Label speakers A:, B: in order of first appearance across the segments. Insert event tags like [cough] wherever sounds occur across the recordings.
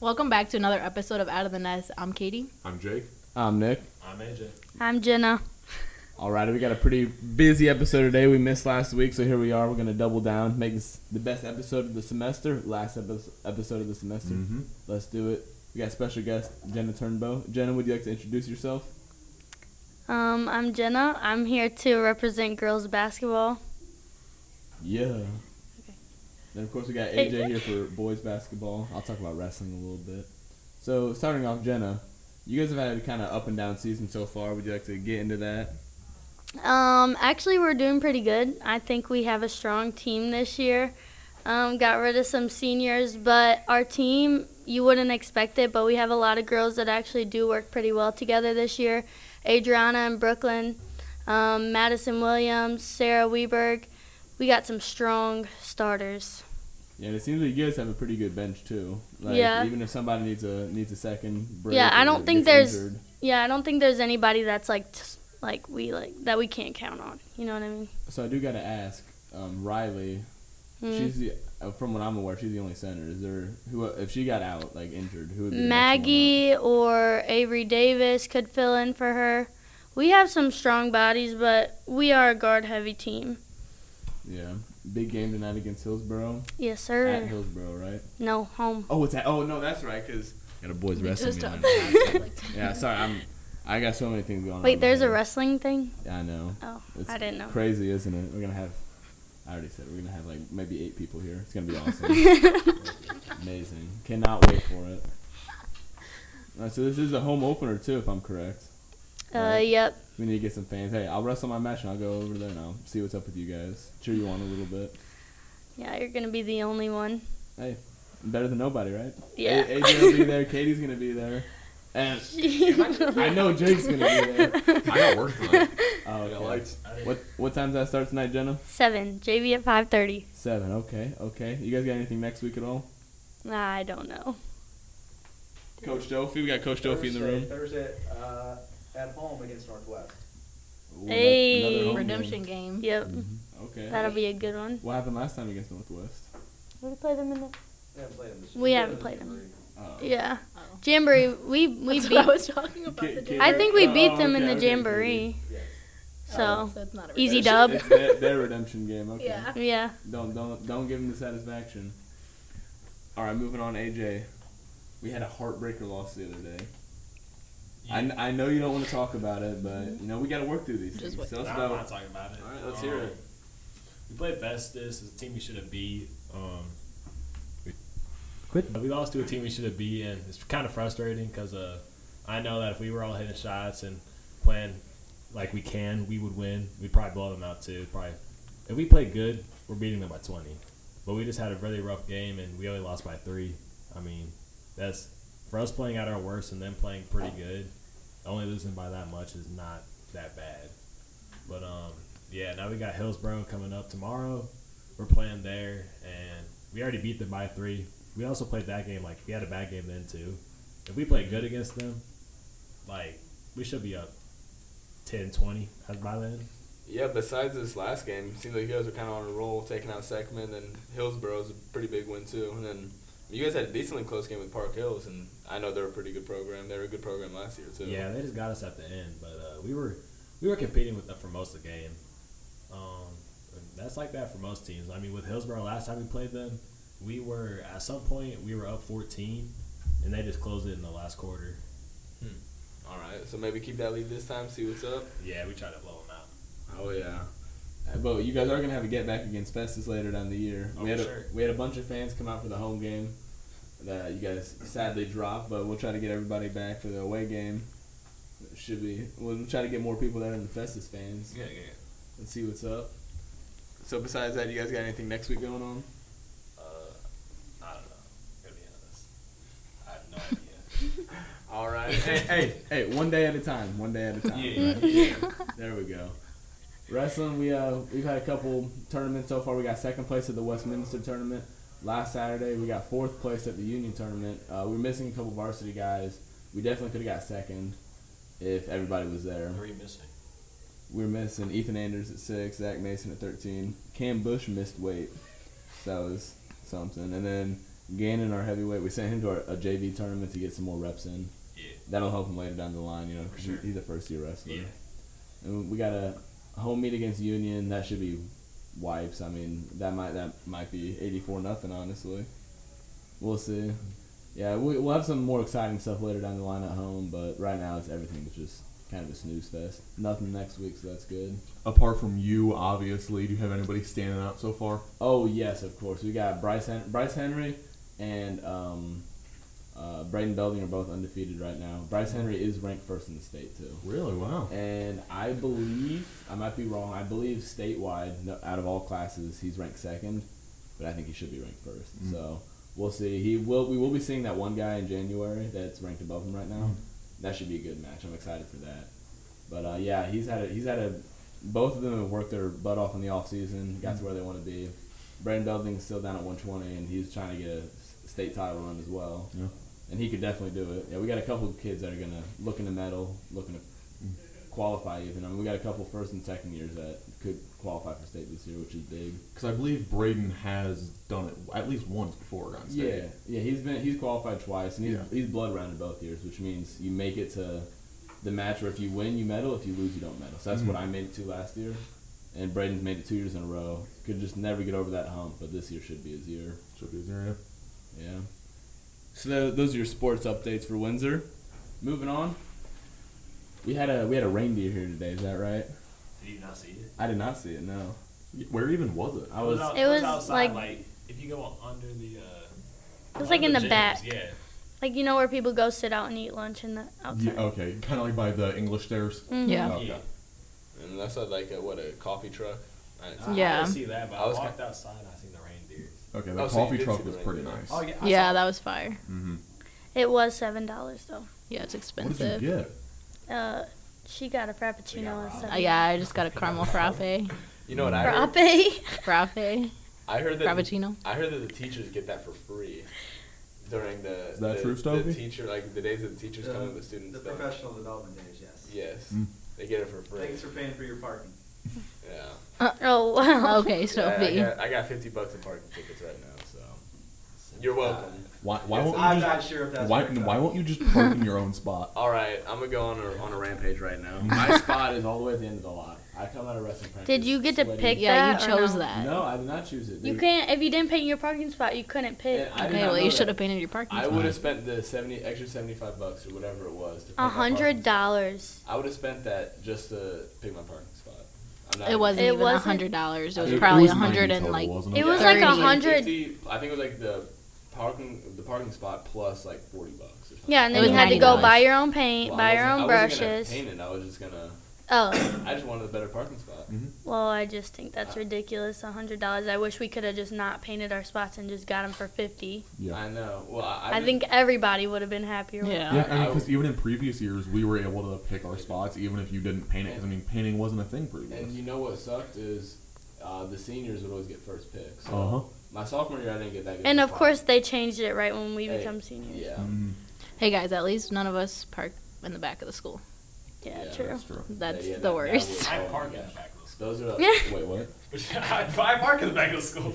A: Welcome back to another episode of Out of the Nest. I'm Katie.
B: I'm Jake.
C: I'm Nick.
B: I'm AJ.
D: I'm Jenna.
C: All right, we got a pretty busy episode today. We missed last week, so here we are. We're gonna double down, make this the best episode of the semester, last epi- episode of the semester.
B: Mm-hmm.
C: Let's do it. We got special guest Jenna Turnbow. Jenna, would you like to introduce yourself?
D: Um, I'm Jenna. I'm here to represent girls basketball.
C: Yeah. Then of course we got AJ here for boys basketball. I'll talk about wrestling a little bit. So starting off, Jenna, you guys have had a kind of up and down season so far. Would you like to get into that?
D: Um, actually, we're doing pretty good. I think we have a strong team this year. Um, got rid of some seniors, but our team, you wouldn't expect it, but we have a lot of girls that actually do work pretty well together this year. Adriana and Brooklyn, um, Madison Williams, Sarah Weberg. We got some strong starters.
C: Yeah, and it seems like you guys have a pretty good bench too. Like,
D: Yeah.
C: Even if somebody needs a needs a second break.
D: Yeah, I
C: or
D: don't think
C: gets
D: there's-
C: injured.
D: Yeah, I don't think there's anybody that's like, t- like we like that we can't count on. You know what I mean?
C: So I do gotta ask, um, Riley.
D: Mm.
C: She's the, uh, from what I'm aware, she's the only center. Is there who if she got out like injured, who would be the next one up?
D: Maggie or Avery Davis could fill in for her. We have some strong bodies, but we are a guard heavy team.
C: Yeah, big game tonight against Hillsboro.
D: Yes,
C: At
D: sir.
C: Hillsboro, right?
D: No, home.
C: Oh, it's at. Oh no, that's right, cause got a boys game. [laughs] yeah, sorry, I'm. I got so many things going on.
D: Wait, there's a
C: here.
D: wrestling thing?
C: Yeah, I know.
D: Oh, I didn't know.
C: Crazy, isn't it? We're gonna have. I already said it, we're gonna have like maybe eight people here. It's gonna be awesome.
D: [laughs]
C: Amazing. Cannot wait for it. All right, so this is a home opener too, if I'm correct.
D: Uh, yep.
C: We need to get some fans. Hey, I'll wrestle my match and I'll go over there and I'll see what's up with you guys. Cheer you on a little bit.
D: Yeah, you're gonna be the only one.
C: Hey, better than nobody, right?
D: Yeah. [laughs]
C: A- AJ will be there. Katie's gonna be there. And I know Jake's gonna be
D: [laughs]
C: there.
B: I got work tonight.
C: Oh, okay.
B: lights.
C: What what time does that start tonight, Jenna?
D: Seven. JV at five thirty.
C: Seven. Okay, okay. You guys got anything next week at all?
D: I don't know.
C: Coach Dofi. We got Coach Dofi in the
E: Thursday-
C: room.
E: Thursday uh, at home against Northwest.
C: Ooh, that-
D: Hey.
C: another home
A: Redemption
C: game.
A: game.
D: Yep.
C: Mm-hmm.
D: That'll
C: Okay.
D: be a good one.
C: What happened last time against Northwest?
D: We play them in the.
E: We haven't played them this
D: We
E: year.
D: haven't played them.
C: Oh.
D: Yeah.
A: Oh.
D: Jamboree. We we
A: That's
D: beat.
A: what I was talking about.
C: Ki-
A: the
C: ki-
A: day.
D: I think we
C: Oh,
D: beat them in
C: okay,
D: the
C: okay, okay.
D: jamboree.
E: Yes.
D: So
A: Oh, it's not a
D: easy
A: redemption.
D: dub.
C: It's their, their redemption game. Okay.
A: Yeah.
D: Yeah.
C: Don't don't don't give him the satisfaction. All right, moving on. AJ, we had a heartbreaker loss the other day. I, kn- I know you don't want to talk about it, but you know we got to work through these
A: Just
C: things.
A: wait.
C: Tell us
F: Nah, I'm not
C: about.
F: talking about it.
C: All right, let's hear it.
F: We played Vestas, it's a team we should have beat. Um, we, we lost to a team we should have beat, and it's kind of frustrating because uh, I know that if we were all hitting shots and playing like we can, we would win. We'd probably blow them out too. Probably if we play good, we're beating them by 20. But we just had a really rough game, and we only lost by three. I mean, that's for us playing at our worst and them playing pretty good. Only losing by that much is not that bad. But um, yeah, now we got Hillsboro coming up tomorrow. We're playing there, and we already beat them by three. We also played that game like we had a bad game then too. If we play good against them, like we should be up 10, 20 by then.
C: Yeah, besides this last game, seems like you guys are kind of on a roll, taking out Seckman, and Hillsboro's a pretty big win too. And then you guys had a decently close game with Park Hills, and I know they're a pretty good program. They were a good program last year too.
F: Yeah, they just got us at the end, but uh, we were we were competing with them for most of the game. Um, and that's like that for most teams. I mean, with Hillsborough, last time we played them, we were at some point we were up fourteen, and they just closed it in the last quarter.
C: All right, so maybe keep that lead this time. See what's up.
F: Yeah, we tried to blow them out.
C: Oh yeah. But you guys are gonna have a get back against Festus later down the year.
F: Oh,
C: we had
F: for
C: a,
F: sure.
C: we had a bunch of fans come out for the home game that you guys sadly dropped, but we'll try to get everybody back for the away game. It should be we'll try to get more people there than the Festus fans
F: Yeah, yeah.
C: and see what's up. So besides that, you guys got anything next week going on?
F: Uh, I don't know. To be honest, I have no idea.
C: All right. hey, hey, hey, one day at a time. One day at a time.
F: yeah.
C: [laughs] There we go. Wrestling, we uh we've had a couple tournaments so far. We got second place at the Westminster tournament last Saturday. We got fourth place at the Union tournament. Uh, we are missing a couple varsity guys. We definitely could have got second if everybody was there.
F: Who are you missing?
C: We're missing Ethan Anders at six, Zach Mason at thirteen. Cam Bush missed weight. So that was something. And then Gannon, our heavyweight, we sent him to our, a JV tournament to get some more reps in.
F: Yeah.
C: That'll help him later down the line, you know, 'cause
F: Sure.
C: he's a first year wrestler.
F: Yeah.
C: And we got a home meet against Union. That should be wipes. I mean, that might that might be eighty four nothing. Honestly, we'll see. Yeah, we, we'll have some more exciting stuff later down the line at home, but right now it's everything's just kind of a snooze fest. Nothing next week, so that's good.
B: Apart from you, obviously, do you have anybody standing out so far?
C: Oh yes, of course. We got Bryce Hen- Bryce Henry and um, uh, Braden Belding are both undefeated right now. Bryce Henry is ranked first in the state too,
B: Really? Wow.
C: and I believe I might be wrong. I believe statewide, no, out of all classes, he's ranked second, but I think he should be ranked first.
B: Mm.
C: So we'll see. He will. We will be seeing that one guy in January that's ranked above him right
B: Mm.
C: now. That should be a good match. I'm excited for that. But uh, yeah, he's had a, he's had a both of them have worked their butt off in the off season, got
B: Mm.
C: to where they want to be. Brandon Belding's still down at 120, and he's trying to get a s- state title run as well.
B: Yeah.
C: And he could definitely do it. Yeah, we got a couple of kids that are gonna looking to medal, looking to qualify even. I mean, we got a couple first and second years that could qualify for state this year, which is big.
B: Because I believe Braden has done it at least once before on stage.
C: Yeah, yeah, he's been he's qualified twice, and he's
B: Yeah.
C: he's blood rounded both years, which means you make it to the match where if you win, you medal. If you lose, you don't medal. So that's what I made it to last year, and Braden's made it two years in a row. Could just never get over that hump, but this year should be his year.
B: Should be his area.
C: Yeah. So tho- those are your sports updates for Windsor. Moving on. We had a we had a reindeer here today. Is that right?
F: Did you not see it?
C: I did not see it. No,
B: Where even was it?
C: I was.
F: out-
D: It was like-
F: if you go under the. Uh,
D: It was like in the
F: under gyms,
D: back.
F: Yeah.
D: Like you know where people go sit out and eat lunch in the outside.
B: Yeah, okay, kind of like by the English stairs. Oh,
D: Mhm.
A: Mm, Yeah.
B: Okay.
F: Yeah.
C: And that's like a, what a coffee truck.
F: I- I
A: Yeah.
F: didn't see that, but
C: I
F: I,
C: was
F: walked outside and I seen the reindeer.
B: Okay, the
C: Oh, so you
B: coffee
C: did
B: truck
C: see the
B: was pretty
C: reindeer.
B: nice.
F: Oh yeah. I
A: Yeah,
F: saw
A: that was fire.
B: Mm-hmm.
D: It was seven dollars though.
A: Yeah, it's
B: What did
A: expensive.
B: you get?
D: Uh, she got a frappuccino and
F: robbed.
D: stuff.
A: Uh, yeah, I just got a caramel frappe.
C: You know what I heard?
D: Frappe. [laughs]
A: Frappe.
C: I heard that
A: Frappuccino.
C: I heard that the teachers get that for free during the
B: Is that
C: the,
B: true, Stovey?
C: The teacher like the days that the teachers come and the students
E: The
C: don't.
E: professional development days, yes.
C: Yes,
B: Mm.
C: they get it for free.
E: Thanks for paying for your parking.
C: Yeah.
D: oh wow.
A: Okay,
C: Yeah, I,
A: Sophie.
C: got, I got fifty bucks in parking tickets right now, so you're welcome.
B: Why, why
C: Yes,
B: won't you
E: Uh, I'm
B: just,
E: not sure if that's
B: why,
E: correct,
B: why
E: though.
B: won't you just park in your own spot?
C: All right, I'm gonna go on a on a rampage right now. My [laughs] spot is all the way at the end of the lot. I come out of wrestling practice.
D: Did you get to
C: sweaty.
D: pick
A: Yeah,
D: that
A: you
D: or
A: chose
D: no?
A: that.
C: No, I did not choose it.
D: You
C: dude.
D: can't if you didn't paint your parking spot. You couldn't pick.
C: And I did
A: okay,
C: not
A: well,
C: know
A: you
C: that.
A: should have painted your parking
C: I
A: spot.
C: would have spent the seventy extra seventy five bucks or whatever it was. to pick my
D: A
C: parking
D: hundred dollars.
C: I would have spent that just to pick my parking spot. I'm not
A: It wasn't
D: It
A: even a
D: wasn't-
A: hundred dollars. It was
C: It- it
A: probably
B: was
A: a
B: 90
A: hundred and
B: total,
A: like
B: wasn't
D: It was
A: Yeah.
D: like a
A: 30.
D: hundred.
C: 50, I think it was like the parking the parking spot plus like forty bucks. Or something.
D: Yeah, and
A: It
D: then
A: was
D: you had to go
A: $90.
D: buy your own paint,
C: Well, I
D: buy your
C: wasn't-
D: own
C: I wasn't gonna
D: brushes.
C: paint it, I was just gonna.
D: Oh,
C: I just wanted a better parking spot.
D: well, I just think that's ridiculous. A hundred dollars. I wish we could have just not painted our spots and just got them for fifty.
B: Yeah.
C: I know. Well, I,
D: I
C: just-
D: think everybody would have been happier. with
A: Yeah.
B: Yeah, I mean,
C: I-
B: because even in previous years, we were able to pick our spots, even if you didn't paint it. 'cause, I mean, painting wasn't a thing
C: And
B: previous.
C: you know what sucked is uh, the seniors would always get first pick. So
B: Uh huh.
C: my sophomore year, I didn't get that good.
D: And
C: a
D: of
C: spot.
D: course, they changed it right when we
C: Hey,
D: become seniors.
C: Yeah.
B: Mm.
A: Hey guys, at least none of us parked in the back of the school.
D: Yeah,
C: Yeah,
D: true.
B: That's true.
A: That's
C: Yeah, yeah, that-
A: the [laughs]
C: that
D: [laughs]
A: worst.
C: was-
F: I
C: Oh my
F: parked in the
C: gosh.
F: back of the school.
C: Those are the,
D: Yeah.
C: wait what?
F: [laughs] I parked in the back of the school.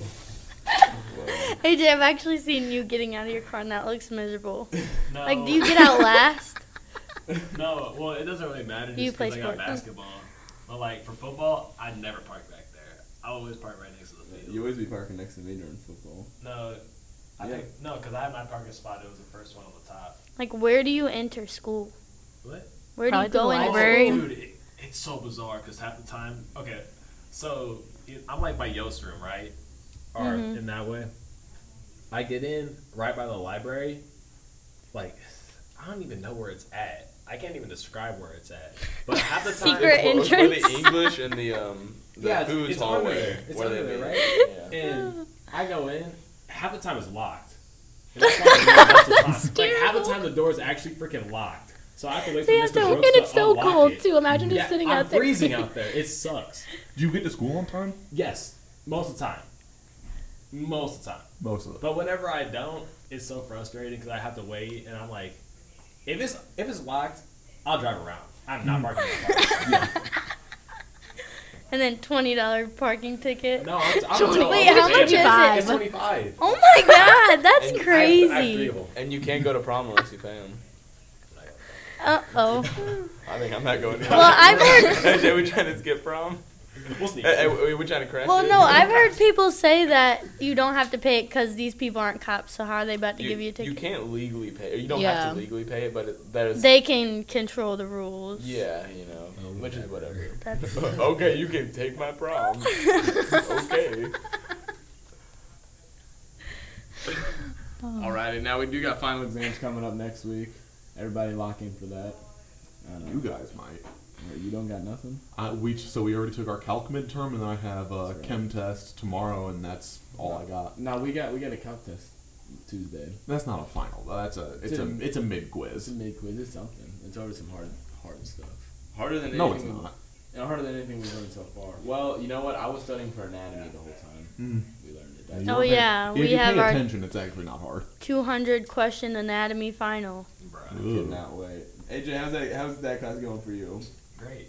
D: AJ, I've actually seen you getting out of your car, and that looks miserable.
F: No.
D: [laughs] Like, do you get out last?
F: No, well, it doesn't really matter. Just
D: You play
F: 'cause I
D: sport.
F: got basketball, but like for football, I never park back there. I always park right next to the field.
C: You always be parking next to me during football.
F: no, I
C: Yeah.
F: think no, because I had my parking spot. It was the first one on the top.
D: Like, where do you enter school?
F: What?
D: Where
A: Probably
D: do
A: the
D: you go in
A: library.
D: school?
F: dude, it, it's so bizarre because half the time, okay, so it- I'm like by Yost room, right, or in that way. I get in right by the library, like I don't even know where it's at. I can't even describe where it's at. But half the time,
D: Secret
F: Well,
D: entrance.
C: Where the English and the um the
F: yeah, it's,
C: food's
F: it's
C: hallway.
F: under there. It's
C: where
F: under
C: they
F: there,
C: be.
F: right?
A: [gasps]
C: Yeah.
F: And I go in, half the time
A: [laughs]
F: it's locked. And I can't remember half the time. like half the time the door is actually freaking locked. So I have to wait for
A: They
F: Mr.
A: have to, and
F: Brooks
A: it's so
F: unlock
A: cold
F: it.
A: too. Imagine just
F: Yeah,
A: sitting
F: I'm
A: out there.
F: freezing
A: [laughs]
F: out there. It sucks.
B: Do you get to school on time?
F: Yes, most of the time. Most of the time.
B: Most of it.
F: But whenever I don't, it's so frustrating because I have to wait, and I'm like, if it's
A: [laughs]
F: if it's locked, I'll drive around. I'm not parking. my car.
D: and then twenty dollar parking ticket.
F: No, I'm,
A: Twenty-
F: I'm telling
D: Wait,
F: you,
D: how much
F: it's
D: is it?
F: It's twenty five.
D: Oh my god, that's
G: And I- I
D: crazy.
G: And you can't go to prom unless you pay them.
D: Uh oh.
G: I think I'm not going. to. [laughs]
D: Well, I've heard.
G: Hey, we trying to skip prom?
F: We'll sneak.
G: Hey, we we trying to crash?
D: Well,
G: it?
D: no, I've heard people say that you don't have to pay it because these people aren't cops. So how are they about to give you a ticket?
G: can't legally pay. Or you don't
A: Yeah.
G: have to legally pay it, but it, that is.
D: They can control the rules.
G: yeah, you know,
C: Oh,
G: which is whatever. [laughs]
D: That's
G: okay, you can take my prom. okay.
C: Alrighty, now we do got final exams coming up next week. Everybody lock in for that. I
B: You
C: don't know.
B: guys might.
C: You don't got nothing?
B: I, we j- so we already took our calc midterm, and then I have a
C: That's right.
B: chem test tomorrow, and that's all I got.
C: No, we got we got a calc test Tuesday.
B: That's not a final. though. That's a it's
C: Dude.
B: a it's a mid
C: It's a
B: quiz.
C: mid quiz. It's something. It's over some hard hard stuff. Harder than
B: No, it's
C: anything we-
B: not.
C: you know, harder than anything we've learned so far. Well, you know what? I was studying for anatomy the whole time.
B: Mm.
C: We learned it.
B: You
D: Oh,
B: don't pay-
D: yeah,
B: If
D: we
B: you
D: have
B: pay
D: our-
B: attention, it's actually not hard.
D: 200 question anatomy final.
B: Ugh.
C: I cannot wait. AJ, how's that? How's that class going for you?
E: Great.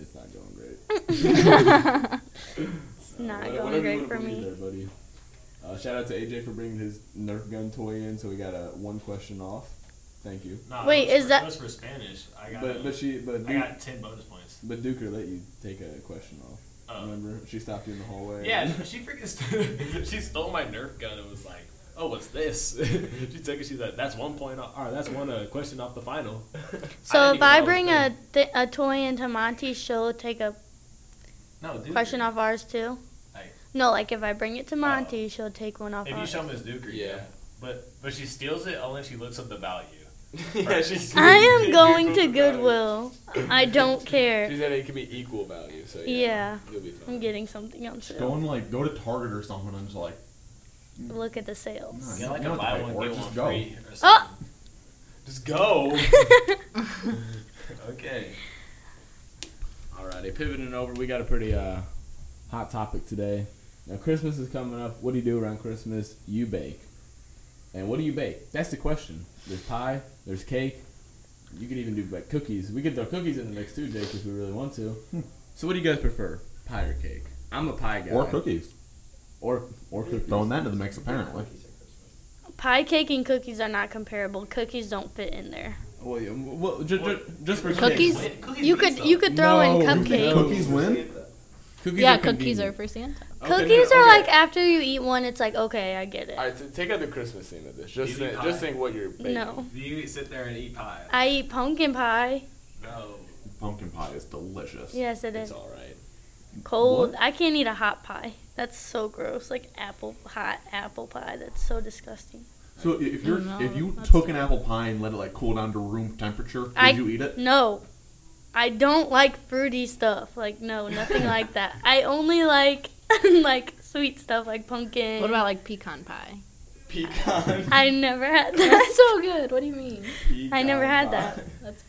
C: It's not going great.
D: It's not
C: What-
D: going
C: whatever you
D: great
C: wanna
D: for
C: believe
D: me.
C: there, buddy. Uh, shout out to AJ for bringing his Nerf gun toy in, so we got a one question off. Thank you.
F: Nah,
D: Wait,
F: that's
D: is
F: for,
D: that-
F: that's for Spanish? I got.
C: But but she but
F: I
C: Duke,
F: got ten bonus points.
C: but Duker let you take a question off.
F: Oh.
C: Remember, she stopped you in the hallway. [laughs]
F: Yeah, [laughs] she freaking st- [laughs] she stole my Nerf gun and was like, "Oh, what's this?" [laughs] she took it. She's like, "That's one point off. All right, that's one uh, question off the final." [laughs]
D: So
F: didn't
D: if
F: even
D: I
F: know
D: bring
F: that
D: a, th- a toy into Monty, she'll take a
F: no dude,
D: question off ours too?
F: Hey.
D: No, like if I bring it to Monty, she'll take one off
F: If you
D: ours.
F: show Miss Duker,
G: Yeah.
F: yeah. But but she steals it only if she looks up the value.
G: yeah, she's.
D: [laughs] I am
G: she's
D: going to
G: equal
D: Goodwill. I don't
G: value.
D: care.
G: She said it could be equal value, so
D: Yeah.
G: yeah. You'll be
D: I'm
G: fine.
D: getting something on
B: Go
D: sale.
B: and like go to Target or something, and just like
D: Look at the sales.
F: Yeah, like
B: You
F: a
B: don't have
F: buy
B: to pay
F: one
B: for it,
F: get
B: just
F: one
B: go.
F: free. Or
D: Oh!
F: something. Just
D: [laughs]
F: go. [laughs] okay.
C: Alrighty, pivoting over, we got a pretty uh, hot topic today. Now Christmas is coming up. What do you do around Christmas? You bake. And what do you bake? That's the question. There's pie. There's cake. You could even do like cookies. We could throw cookies in the mix too, Jake, if we really want to.
B: Hmm.
C: So what do you guys prefer, pie or cake? I'm a pie guy.
B: or cookies.
C: Or or cookies.
B: Throwing that into the mix apparently.
D: Pie cake and cookies are not comparable. Cookies don't fit in there.
C: Well, yeah, well ju- ju- just for
A: Cookies?
C: cake.
F: Wait, cookies
D: You
F: wins,
D: could
F: though.
D: you could throw in
C: No,
D: cupcakes.
C: no.
B: Cookies win.
C: Cookies
A: yeah,
C: are
A: cookies are
C: convenient.
A: for Santa.
C: Okay, no,
D: Cookies
C: okay.
D: are like after you eat one, it's like okay, I get it.
G: All right, so take out the Christmas theme of this. Just
F: Easy
G: think,
F: pie.
G: just think what you're baking.
D: No,
F: Do you sit there and eat pie?
D: I eat pumpkin pie.
F: No.
B: Pumpkin pie is delicious.
D: Yes, it
F: It's
D: is
F: all right.
C: [laughs]
D: cold. I can't eat a hot pie. That's so gross. Like apple hot apple pie. That's so disgusting.
B: So i- if you're
A: No,
B: if you
A: that's-
B: took an apple pie and let it like cool down to room temperature, would
D: I-
B: you eat it?
D: No, I don't like fruity stuff. Like no, nothing like that. I only like [laughs] like sweet stuff like pumpkin.
A: What about like pecan pie?
G: Pecan.
D: [laughs] I never had
A: [laughs] That's
D: that.
A: so good. What do you mean?
D: [laughs] I never
G: pecan
D: had
G: pie.
D: that.
A: That's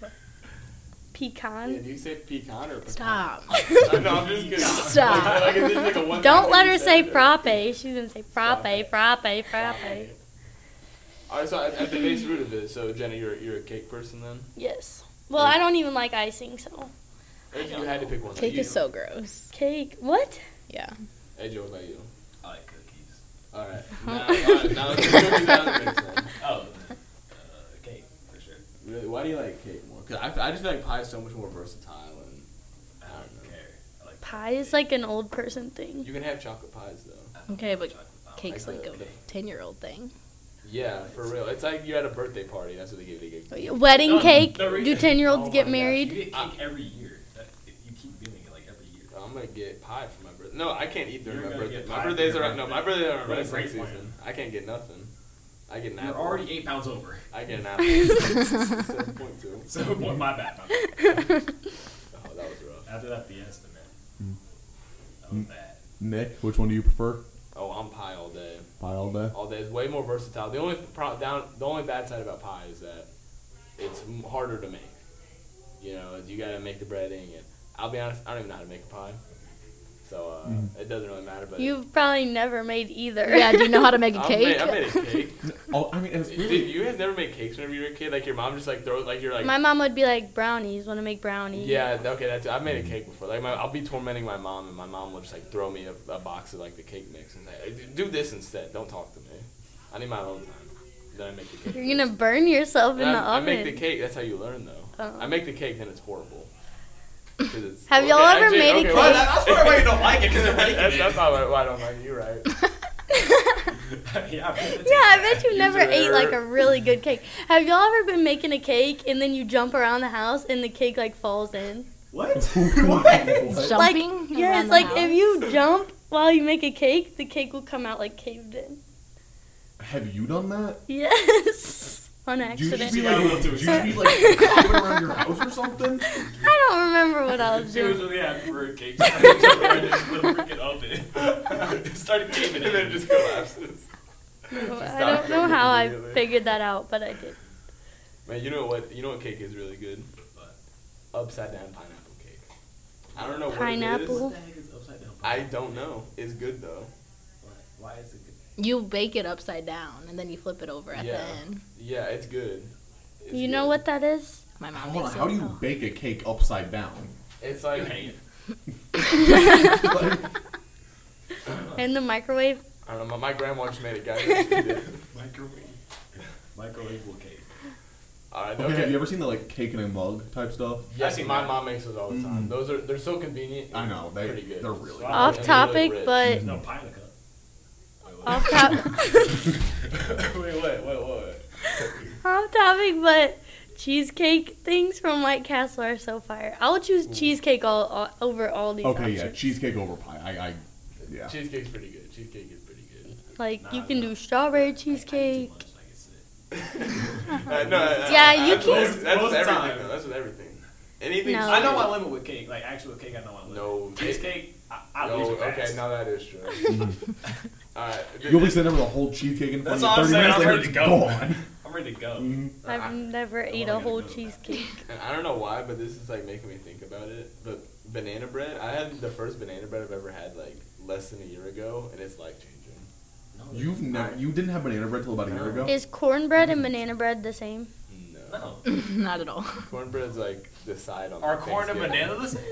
G: Yeah,
D: [laughs] Pecan.
G: do you say pecan or pecan?
A: stop.
G: I know, I'm just kidding. [laughs]
A: Stop.
G: Like, like, it's just like a one-time
D: Don't let
G: thing
D: her
G: you
D: say
G: said.
D: frappe. She's gonna say frappe, frappe, frappe.
G: All right, so at, at the base root of it, so Jenna, you're you're a cake person then.
D: Yes. Well, I don't even like icing, so
G: If you had to pick one,
A: [laughs] Cake
G: you,
A: is so gross.
D: cake. What?
A: Yeah.
G: Hey, Joe, what about you?
F: I like cookies.
G: All
A: [laughs]
G: right. Now, all right, now let's go to the other mix then.
F: Oh, uh, cake for sure.
G: Really, why do you like cake more? Cause I, I just feel like pie is so much more versatile, and
F: I don't care. I like
D: Pie is like an old person thing.
G: you can have chocolate pies though.
A: Okay, but
F: chocolate pie.
A: cake's
G: like
A: like
G: the-
A: a
G: the-
A: ten-year-old thing.
G: Yeah, for real. It's like you're at a birthday party. That's what they give you. They give.
D: Wedding
F: No,
D: cake.
F: the re-
D: Do ten year
F: Oh
D: olds
F: my
D: get
F: gosh,
D: married?
F: You get cake every year. That, you keep doing it like every year.
G: I'm gonna get pie for my birthday. No, I can't eat during
F: You're
G: my
F: gonna
G: birthday.
F: get
G: My
F: pie for
G: birthdays
F: your
G: are no,
F: birthday.
G: my birthdays are
F: What a
G: wrestling
F: great
G: season.
F: plan.
G: I can't get nothing. I get an
F: You're
G: apple.
F: already eight pounds over. [laughs]
G: I get an
A: [laughs]
G: apple. Seven point two.
F: So what my bad. my bad.
G: Oh, that was rough.
F: After that fiesta,
C: Hmm.
F: man. That was bad.
B: Nick, which one do you prefer?
G: Oh, I'm pie all day.
B: Pie all day.
G: All day. It's way more versatile. The only pro- down, the only bad side about pie is that it's m- harder to make. You know, you gotta make the breading, and I'll be honest, I don't even know how to make a pie.
C: So uh,
F: Mm-hmm.
C: it doesn't really matter. But
D: You've probably never made either.
A: [laughs] Yeah, do you
D: [laughs]
A: know how to make
C: [laughs]
A: a
C: I
A: cake?
C: made, I made a
F: [laughs]
C: cake.
B: Oh, I mean, it's really.
C: Did
B: [laughs]
C: you guys never make cakes whenever you were a kid? Like your mom just like throw like you're like
D: My mom would be like, brownies, want to make brownies.
C: Yeah, th- okay, that's I've made
F: Mm.
C: a cake before. Like, my, I'll be tormenting my mom, and my mom will just like throw me a, a box of like the cake mix and say, "Do this instead. Don't talk to me. I need my own time." Then I make the cake.
D: You're going to burn yourself
C: And
D: in
C: I,
D: the
C: I
D: oven.
C: make the cake. That's how you learn, though.
D: Oh.
C: I make the cake, then it's
D: [laughs]
C: horrible. 'Cause It's,
D: Have y'all ever made a cake?
C: well,
D: Well,
E: that's probably why you don't like it, 'cause they're making
C: that's,
E: it.
C: That's
F: [laughs]
C: not why, why I don't like it. You're right.
E: yeah, I
D: [laughs]
E: bet
D: Yeah, I bet you never
C: User
D: ate like a
C: error.
D: really good
C: [laughs]
D: cake. Have y'all ever been making a cake and then you jump around the house and the cake like falls in?
E: What? what?
A: It's
D: Like,
A: Jumping?
D: yeah,
A: around
D: it's
A: the
D: like
A: house.
D: if you jump while you make a cake, the cake will come out like caved in. [laughs]
B: Have you done that?
D: Yes, on
B: Do you just
D: accident.
B: be like,
F: Accident. Yeah,
B: do you just be
F: accident.
B: like [laughs] going around your house or something?
D: I don't remember what
C: [laughs]
D: I was
F: She was
D: doing.
F: really happy for her cake. She started freaking oven. [laughs] [laughs] It started caving
C: and
F: in.
C: then it just collapses.
D: I don't know how I figured that out, but I did.
C: Man, you know what? You know what cake is really good? Upside down pineapple cake. I don't know what it is.
D: Pineapple.
E: What the heck is upside down?
C: I don't know. It's good though.
E: Why is it good?
A: You bake it upside down and then you flip it over at
C: Yeah.
A: the end.
C: Yeah, it's good. It's
D: You know
C: good.
D: what that is?
A: My mom
B: Hold on,
A: makes
B: how
A: it.
B: do you bake a cake upside down?
D: [laughs]
C: It's like
F: Hang it.
D: In the microwave?
C: I don't know. My, my grandma just made it, guys. She did.
F: Microwave. Microwavable cake.
C: All right.
B: Okay,
C: Okay.
B: have you ever seen the like cake in a mug type stuff?
C: Yes, my mom makes those all the time.
B: Mm.
C: Those are they're so convenient.
B: I know they
C: Pretty good.
B: they're really.
F: Wow.
D: Off
C: Oh, really
D: topic,
C: rich.
D: but
F: There's no pie in the cup.
D: off top.
C: wait, wait, wait, wait.
D: Off topic, but cheesecake things from White Castle are so fire. I will choose cheesecake all, all over all these
B: Okay, yeah,
D: options.
B: cheesecake over pie. I, I yeah.
C: Cheesecake's pretty good. Cheesecake is pretty good.
D: Like
F: Nah,
D: you can
F: nah.
D: do strawberry cheesecake.
F: Cake.
C: Uh, no, uh,
D: [laughs] Yeah,
C: uh,
D: you
C: that's with
D: can-
C: every- That's
E: Most
C: with
E: of the
C: everything.
E: time.
C: Though. That's with everything. Anything.
D: No.
E: I know my limit with cake. Like actual cake, I know my limit.
C: No
E: cheesecake. I, I
C: Yo,
E: lose it
C: okay,
E: fast.
C: now that is true. all right.
B: You'll be sitting there with a whole cheesecake in front
F: That's
B: of you.
F: all I'm
B: Thirty minutes
F: saying. I'm
B: later,
F: ready
B: it's
F: to go.
B: gone.
F: [laughs] I'm ready to go.
C: Mm-hmm.
D: I've never ate
F: I
D: a
F: gotta
D: whole
F: go to that.
D: cheesecake.
C: And I don't know why, but this is like making me think about it. But banana bread, I had the first banana bread I've ever had like less than a year ago, and it's life
B: [laughs]
C: changing.
B: You've never you didn't have banana bread till about a year ago.
D: Is cornbread and banana bread the same?
F: Mm.
C: No,
E: No.
A: [laughs] Not at all.
C: cornbread's like the side on.
F: Are
C: like,
F: corn and
C: Thanksgiving.
F: banana the
C: [laughs]
F: same?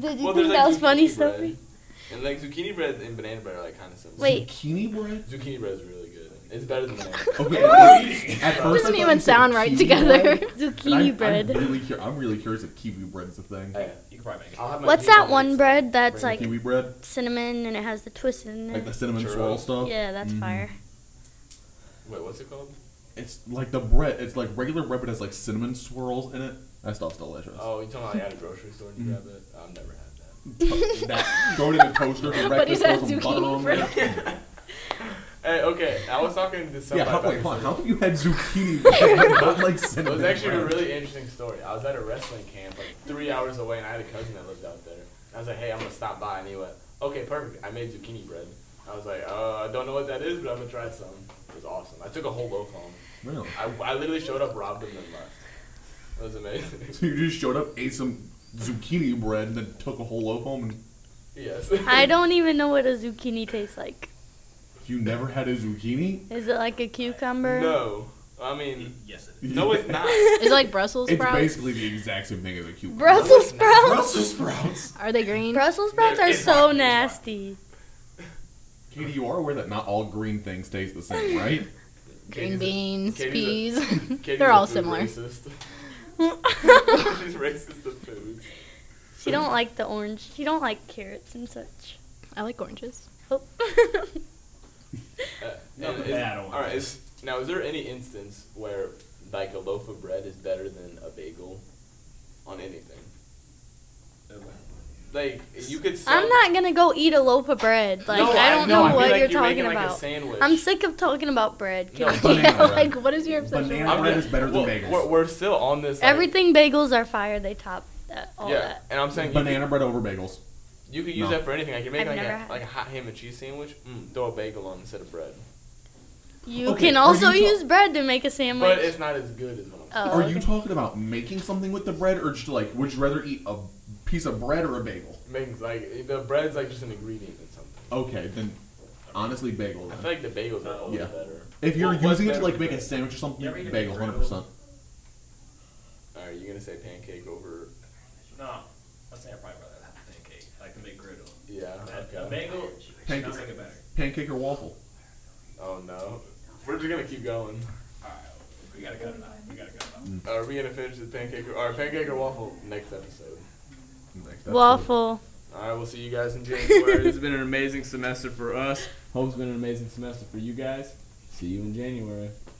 D: Did you
C: Well, there's,
D: think that
C: like,
D: was funny,
C: zucchini bread.
D: Sophie?
C: And like zucchini bread and banana bread are like kind of similar.
D: Wait.
B: Zucchini bread.
C: zucchini bread is really good. It's better than banana.
B: [laughs]
C: bread.
B: Okay. at
A: It
B: first,
A: doesn't
B: I thought
A: even
B: you said
A: sound right
B: kiwi
A: together. [laughs]
B: bread, and I-
D: [laughs] Zucchini
B: I'm [laughs]
D: bread.
B: really, cur- I'm really curious if kiwi bread's a thing.
C: Hey,
F: You can probably make it.
C: I'll have my
D: What's
C: kids
D: that
C: make
D: one
C: some
D: bread that's
C: bring
D: like
B: kiwi bread,
D: cinnamon and it has the twist in
B: like the
D: it?
B: cinnamon
C: Churro.
B: swirl stuff.
D: Yeah, that's
B: Mhm.
D: fire.
C: Wait, what's it called?
B: It's like the bread. It's like regular bread, but it has like cinnamon swirls in it. That stuff's delicious.
C: Oh, you talking about like, at a grocery store and you grab it? I've never had that.
B: To- that, go to the toaster for
A: But he
B: breakfast, throw
A: said
B: some butter
A: zucchini
B: on there.
A: bread.
C: Hey, okay, I was talking to
B: Yeah,
C: somebody.
B: how,
C: about
B: wait,
C: this
B: hold on.
C: earlier.
B: How come you had zucchini bread, not like [laughs]
C: It
B: cinnamon?
C: was actually a
B: bread?
C: really interesting story. I was at a wrestling camp like three hours away, and I had a cousin that lived out there. I was like, "Hey, I'm gonna stop by," and he went, "Okay, perfect. I made zucchini bread." I was like, "Uh, I don't know what that is, but I'm gonna try some." It was awesome. I took a whole loaf home.
B: Really?
C: I, I literally showed up, robbed him, and left. It was amazing. [laughs]
B: So you just showed up, ate some zucchini bread, and then took a whole loaf home, and
C: yes. [laughs]
D: I don't even know what a zucchini tastes like.
B: you never had a zucchini?
D: Is it like a cucumber?
C: No, I mean,
F: Yes, it is.
C: no, it's
A: [laughs]
C: not.
A: Is it like Brussels
B: It's
A: sprouts?
B: basically the exact same thing as a cucumber.
D: Brussels sprouts.
B: Brussels sprouts.
A: Are they green?
D: Brussels sprouts are
C: It's
D: so
C: fine, it's fine. [laughs]
D: nasty.
B: Katie, you are aware that not all green things taste the same,
F: [laughs]
B: right?
A: green
C: Katie's a-
A: beans,
C: Katie's
A: peas.
C: Katie's
A: They're
C: a
A: all
C: food
A: similar. [laughs]
C: Racist. [laughs] She's racist at food.
D: She don't like the orange. She don't like carrots and such.
A: I like oranges.
D: Oh.
C: Uh,
F: Not
C: and
F: the
C: is-
F: bad
C: all
F: ones.
C: right. Is, now, is there any instance where like a loaf of bread is better than a bagel on anything? Like you could. Sell,
D: [laughs] I'm not gonna go eat a loaf of bread. Like
C: No,
D: I don't
C: no,
D: know
C: I mean,
D: what
C: like,
D: you're,
C: making,
D: talking
C: like, a
D: about.
C: sandwich.
D: I'm sick of talking about bread. Can
C: No,
D: we-
B: Banana
A: yeah,
D: [laughs]
A: [laughs]
B: bread.
A: like what is your obsession?
B: Banana
A: with-
B: bread is better than
C: well,
B: bagels.
C: We're, we're still on this. like-
D: Everything bagels are fire. They top that, all
C: yeah,
D: that.
C: and I'm saying you
B: Banana bread over bagels.
C: could- You could use
B: No.
C: that for anything. I can make
D: I've
C: like
D: never
C: a,
D: had
C: like a hot ham and cheese sandwich. Mm, throw a bagel on instead of bread,
D: You
B: Okay,
D: can
B: are
D: also
B: you ta-
D: use bread to make a sandwich.
C: but it's not as good as what I'm saying.
D: oh,
B: Are you
D: okay.
B: talking about making something with the bread, or just like would you rather eat a piece of bread or a bagel?
C: Makes like the bread's like just an ingredient in something.
B: Okay, then honestly, bagel.
C: I
B: Then.
C: feel like the bagels are always
B: Yeah.
C: better.
B: If you're
F: Well, what's
B: using it to
F: better
B: like
F: than
B: make a
F: bread?
B: sandwich or something,
F: You ever eat a
B: bagel,
F: big bread
B: hundred percent.
C: Are you gonna say pancake over?
F: No, I think I probably rather have a pancake, like the big griddle.
C: Yeah.
F: That- A
C: Okay.
F: bagel should
B: Pancake.
F: not make it better.
B: Pancake or waffle?
C: Oh no. We're just gonna keep going.
F: All right, we gotta cut it off. We gotta cut it off.
C: Are we gonna finish the pancake or, or pancake or waffle next episode?
B: Next
D: Waffle.
C: All right, we'll see you guys in January. [laughs] it's been an amazing semester for us.
H: Hope's been an amazing semester for you guys. See you in January.
B: episode.